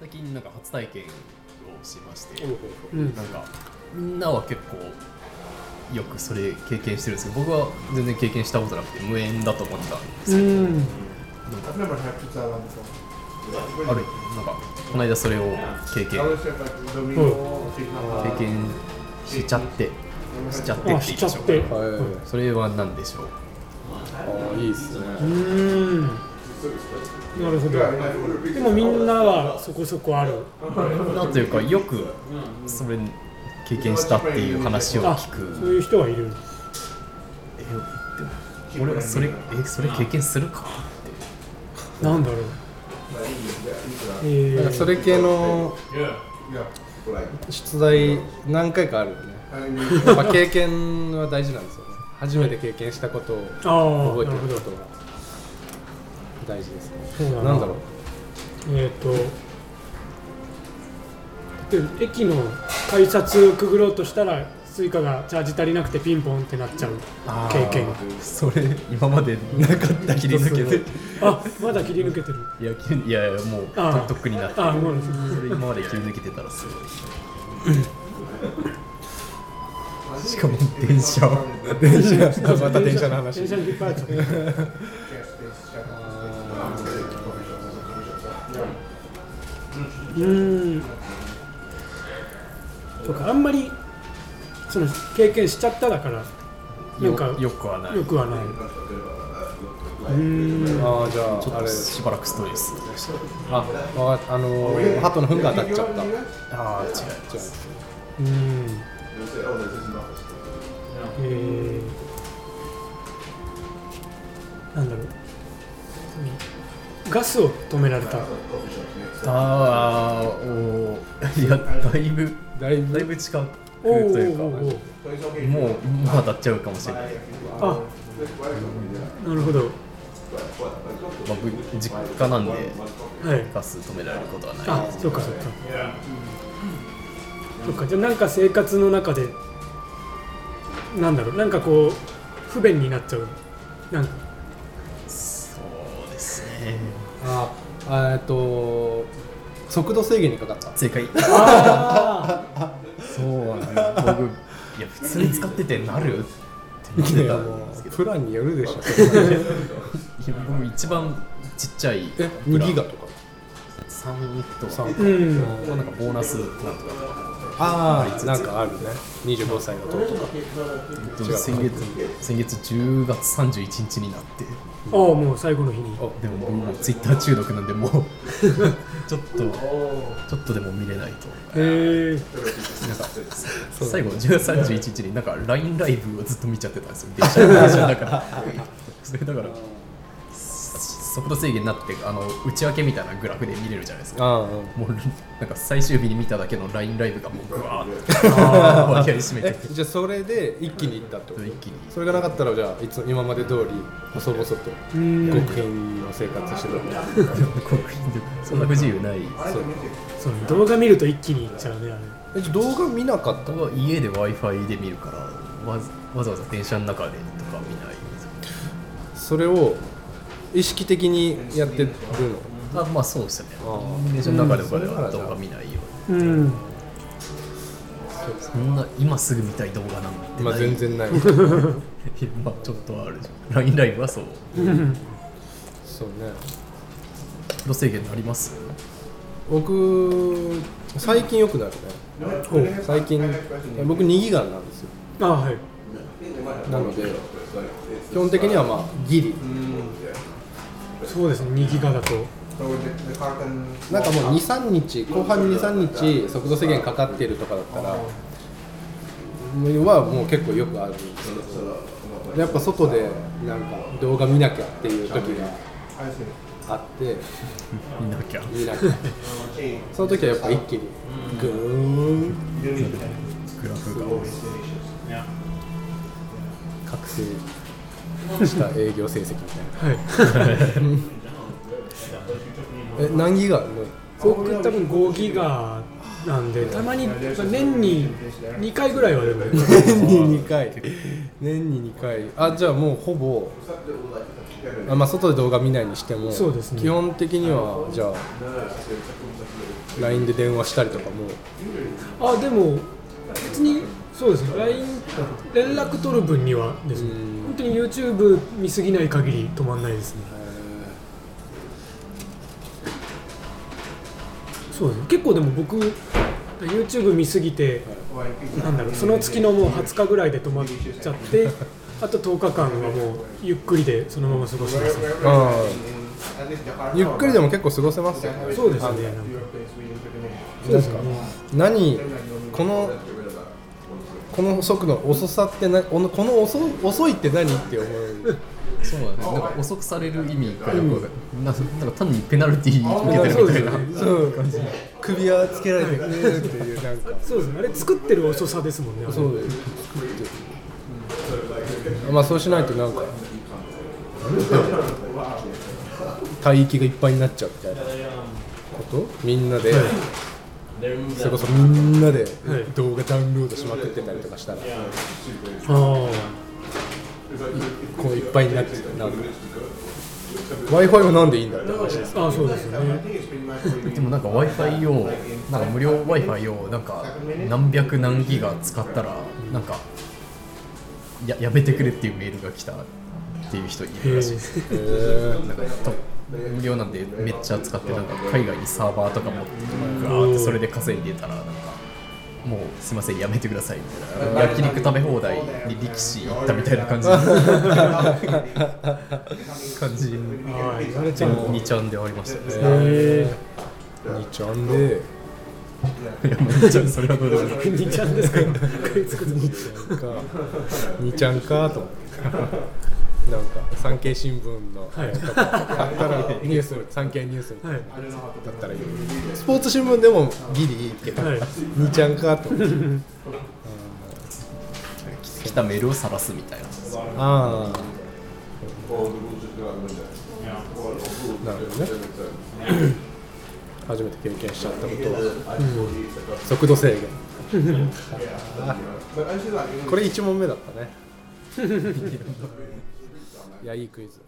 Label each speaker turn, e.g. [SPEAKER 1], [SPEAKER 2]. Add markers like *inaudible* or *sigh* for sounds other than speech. [SPEAKER 1] 最近なんか初体験をしまして、
[SPEAKER 2] うん
[SPEAKER 1] なんかみんなは結構よくそれ経験してるんですけど僕は全然経験したことなくて無縁だと思ってたんですけど、
[SPEAKER 2] うん
[SPEAKER 1] なんか
[SPEAKER 3] I've never had pizza alla before.
[SPEAKER 1] あるなんかこの間それを経
[SPEAKER 3] I
[SPEAKER 1] 験
[SPEAKER 3] always have like Domino or Pizza
[SPEAKER 1] 経験しちゃってしちゃって
[SPEAKER 2] あ
[SPEAKER 1] って言
[SPEAKER 2] し
[SPEAKER 1] い
[SPEAKER 2] ちゃ
[SPEAKER 1] ま
[SPEAKER 2] っ
[SPEAKER 1] しょう
[SPEAKER 2] て
[SPEAKER 1] か
[SPEAKER 4] は
[SPEAKER 1] それは何でしょう
[SPEAKER 4] い。ああ、いいですね。
[SPEAKER 2] うんなるほどでもみんなはそこそこある
[SPEAKER 1] なんというかよくそれ経験したっていう話を
[SPEAKER 2] あ
[SPEAKER 1] 聞
[SPEAKER 2] そう
[SPEAKER 1] く
[SPEAKER 2] いう人はいる
[SPEAKER 1] えでも俺はそれえそれ経験するか
[SPEAKER 2] なんだろうえ
[SPEAKER 4] なんか
[SPEAKER 2] ー
[SPEAKER 4] それ系の
[SPEAKER 3] Yeah.
[SPEAKER 4] 出題何回かあるよね。
[SPEAKER 3] I mean,
[SPEAKER 4] やっぱ経験は大事なんですよね。初めて経験したことを
[SPEAKER 2] あ
[SPEAKER 4] 覚
[SPEAKER 2] あなるほ
[SPEAKER 4] えてる
[SPEAKER 2] ど
[SPEAKER 4] ことが大事ですね。
[SPEAKER 2] そうだな
[SPEAKER 4] なんだろう。
[SPEAKER 2] えっ、と例えば駅の改札をくぐろうとしたらスイカがチャージ足りなくてピンポンってなっちゃう経験
[SPEAKER 1] それ今までなかった切り抜けて
[SPEAKER 2] あまだ切り抜けてる
[SPEAKER 1] いや切りいやいやもう
[SPEAKER 2] あー
[SPEAKER 1] とっくになって
[SPEAKER 2] あもう
[SPEAKER 1] それ今まで切り抜けてたらすごいしかも電車を
[SPEAKER 4] 電車、また電車の話。
[SPEAKER 2] 電車に引っ張られちゃった
[SPEAKER 3] yes, yes, shut up.
[SPEAKER 2] うーんそうかあんまりその経験しちゃっただからなんか
[SPEAKER 1] よよくはない
[SPEAKER 2] よくはないうーん
[SPEAKER 4] ああ、じゃ
[SPEAKER 1] ちょ
[SPEAKER 4] あ、あ
[SPEAKER 1] っと
[SPEAKER 4] れ。
[SPEAKER 1] しばらくストレス
[SPEAKER 4] あ、わかあのー、ハトの糞が当たっちゃった。じゃ
[SPEAKER 1] ああ違う
[SPEAKER 4] あ
[SPEAKER 2] うんえー、なんだろうガスを止められた
[SPEAKER 1] ああおー *laughs* いやだいぶ
[SPEAKER 4] だい
[SPEAKER 1] だい
[SPEAKER 4] ぶ
[SPEAKER 1] ぶ近くと
[SPEAKER 2] おーお
[SPEAKER 1] いう
[SPEAKER 2] ー
[SPEAKER 1] か
[SPEAKER 2] おーお
[SPEAKER 1] もうもう当たっちゃうかもしれない、
[SPEAKER 2] あなるほど
[SPEAKER 1] まあ、ぶ実家なんで
[SPEAKER 2] はい
[SPEAKER 1] ガス止められることはない
[SPEAKER 2] あそっかそっかそっかじゃあなんか生活の中でなんだろうなんかこう不便になっちゃうなんか
[SPEAKER 1] そうですね
[SPEAKER 4] ああえっと速度制限にかかった
[SPEAKER 1] 正解
[SPEAKER 2] あ
[SPEAKER 1] そうなんです僕いや普通に使っててなるって言ってたんですけど
[SPEAKER 4] プランによるでしょ
[SPEAKER 1] いや僕一番ちっちゃい
[SPEAKER 4] え2ギガとか
[SPEAKER 1] 3とか
[SPEAKER 4] 3
[SPEAKER 2] ーうん
[SPEAKER 1] なんかボーナスなんとか
[SPEAKER 4] ああなんかあるね25歳のととか
[SPEAKER 1] えっと
[SPEAKER 4] 違う
[SPEAKER 1] 先月先月10月31日になって
[SPEAKER 2] ああもう最後の日に
[SPEAKER 1] でも僕もツイッター中毒なんでもうちょっとちょっとでも見れないと
[SPEAKER 2] へえ
[SPEAKER 1] 最後10月31日になんか LINE ライブをずっと見ちゃってたんですよ電車の電車の中でそれだから速度制限になってあの内訳みたいなグラフで見れるじゃないですか
[SPEAKER 4] あ
[SPEAKER 1] もうなんか最終日に見ただけの LINE ライブがもうぐわーって割合占めて
[SPEAKER 4] えじゃあそれで一気にいったってこと
[SPEAKER 1] 一気に
[SPEAKER 4] それがなかったらじゃあいつも今まで通り細々と
[SPEAKER 2] うん
[SPEAKER 4] 極貧の生活してた
[SPEAKER 1] 国民でそんな不自由ない
[SPEAKER 4] そう
[SPEAKER 2] その動画見ると一気にいっちゃうねあれ
[SPEAKER 4] えじゃあ動画見なかった
[SPEAKER 1] 僕は家で w i f i で見るからわざわざわざ電車の中でとか見ない
[SPEAKER 4] それを意識的にやってる
[SPEAKER 1] あまあそうですよね
[SPEAKER 4] の
[SPEAKER 1] 電車の中とかでは動画見ないよ
[SPEAKER 2] うん
[SPEAKER 1] そんな今すぐ見たい動画なんて
[SPEAKER 4] ま
[SPEAKER 1] な
[SPEAKER 4] あ
[SPEAKER 1] い
[SPEAKER 4] 全然ない
[SPEAKER 1] いや *laughs* まあちょっとはあるじゃん LINE ライブはそう
[SPEAKER 4] そうね
[SPEAKER 1] 路制限になります
[SPEAKER 4] 僕最近よくなるね最近僕2ギガなんですよ
[SPEAKER 2] ああはい
[SPEAKER 4] なので基本的にはまあギリ
[SPEAKER 2] そうですね2ギガだと
[SPEAKER 3] So the, the carton
[SPEAKER 4] なんかもう23日後半23日速度制限かかってるとかだったらはもう結構よくあるんですけどやっぱ外でなんか動画見なきゃっていう時が
[SPEAKER 3] I see.
[SPEAKER 4] あって
[SPEAKER 1] 見なきゃ
[SPEAKER 4] 見なきゃその時はやっぱ一気にグーン
[SPEAKER 3] You don't need to have
[SPEAKER 1] グラフが
[SPEAKER 3] it's delicious.
[SPEAKER 4] 覚醒した営業成績みたいな、え何ギガあるの
[SPEAKER 2] 僕多分5ギガなんでたまに、まあ年に2回ぐらいはでも
[SPEAKER 4] 年に2回年に2回あじゃあもうほぼあ、まあ、外で動画見ないにしても
[SPEAKER 2] そうですね
[SPEAKER 4] 基本的にはじゃあ LINE で電話したりとかも
[SPEAKER 2] あでも別にそうですね LINE 連絡取る分にはですね
[SPEAKER 4] うん
[SPEAKER 2] 本当に YouTube 見すぎない限り止まんないですねそうですね結構でも僕 YouTube 見すぎてなんだろうその月のもう20日ぐらいで止まっちゃってあと10日間はもうゆっくりでそのまま過ごしますね
[SPEAKER 4] ゆっくりで
[SPEAKER 3] も
[SPEAKER 4] も結構過ごせますよね
[SPEAKER 2] そうですねなんかそうですかね
[SPEAKER 4] 何このこの速度遅さってなこのこの遅遅いって何って思う
[SPEAKER 1] *laughs* そう *laughs* だねなんか遅くされる意味がよくわかるなんかなんか単にペナルティー受けて
[SPEAKER 2] *laughs* そ
[SPEAKER 1] る
[SPEAKER 2] う
[SPEAKER 1] み
[SPEAKER 2] で
[SPEAKER 1] た
[SPEAKER 2] す
[SPEAKER 1] い
[SPEAKER 2] ね
[SPEAKER 1] な
[SPEAKER 4] そう首輪つけられてくーっていうなんか
[SPEAKER 2] あそうですねあれ作ってる遅さですもんねあれ
[SPEAKER 4] そうですまあそうしないとなんか帯域がいっぱいになっちゃうみたいなことみんなでそれこそみんなで
[SPEAKER 2] はい
[SPEAKER 4] 動画ダウンロードしまくってたりとかしたら
[SPEAKER 2] あ
[SPEAKER 4] こういっぱいになっちゃうなんか w i f i はなんでいいんだって話です
[SPEAKER 2] あああそうですよね
[SPEAKER 1] でもなんか w i f i をなんか無料 w i f i をなんか何百何ギガ使ったらなんかややめてくれっていうメールが来たっていう人いるらしいです
[SPEAKER 4] へー
[SPEAKER 1] なんかと無料なんでめっちゃ使ってなんか海外にサーバーとか持ってガーってそれで稼いでたらなんかもうすいませんやめてくださいみたいな焼肉食べ放題に力士行ったみたいな感 *laughs*
[SPEAKER 3] *laughs*
[SPEAKER 1] じ感じに
[SPEAKER 2] あ言われちゃう
[SPEAKER 1] 2ちゃんで終わりましたね *laughs*
[SPEAKER 2] *laughs* へ
[SPEAKER 4] 2ちゃんで
[SPEAKER 1] いやまあ2ちゃんそれはどうでもいい
[SPEAKER 2] え2ちゃんですか今 *laughs* 食いつくずに
[SPEAKER 4] か2ちゃんかと思ってなんか産経新聞の
[SPEAKER 2] はい
[SPEAKER 4] とかあったらニュース産経ニュースだ
[SPEAKER 2] はい
[SPEAKER 4] ったらいいスポーツ新聞でもギリいいけど
[SPEAKER 2] はい
[SPEAKER 4] 2ちゃんかと思って
[SPEAKER 1] 来たメールを晒すみたいな
[SPEAKER 4] ああなるほどね初めて経験しちゃったことは速度制限これ1問目だったねいやいいクイズ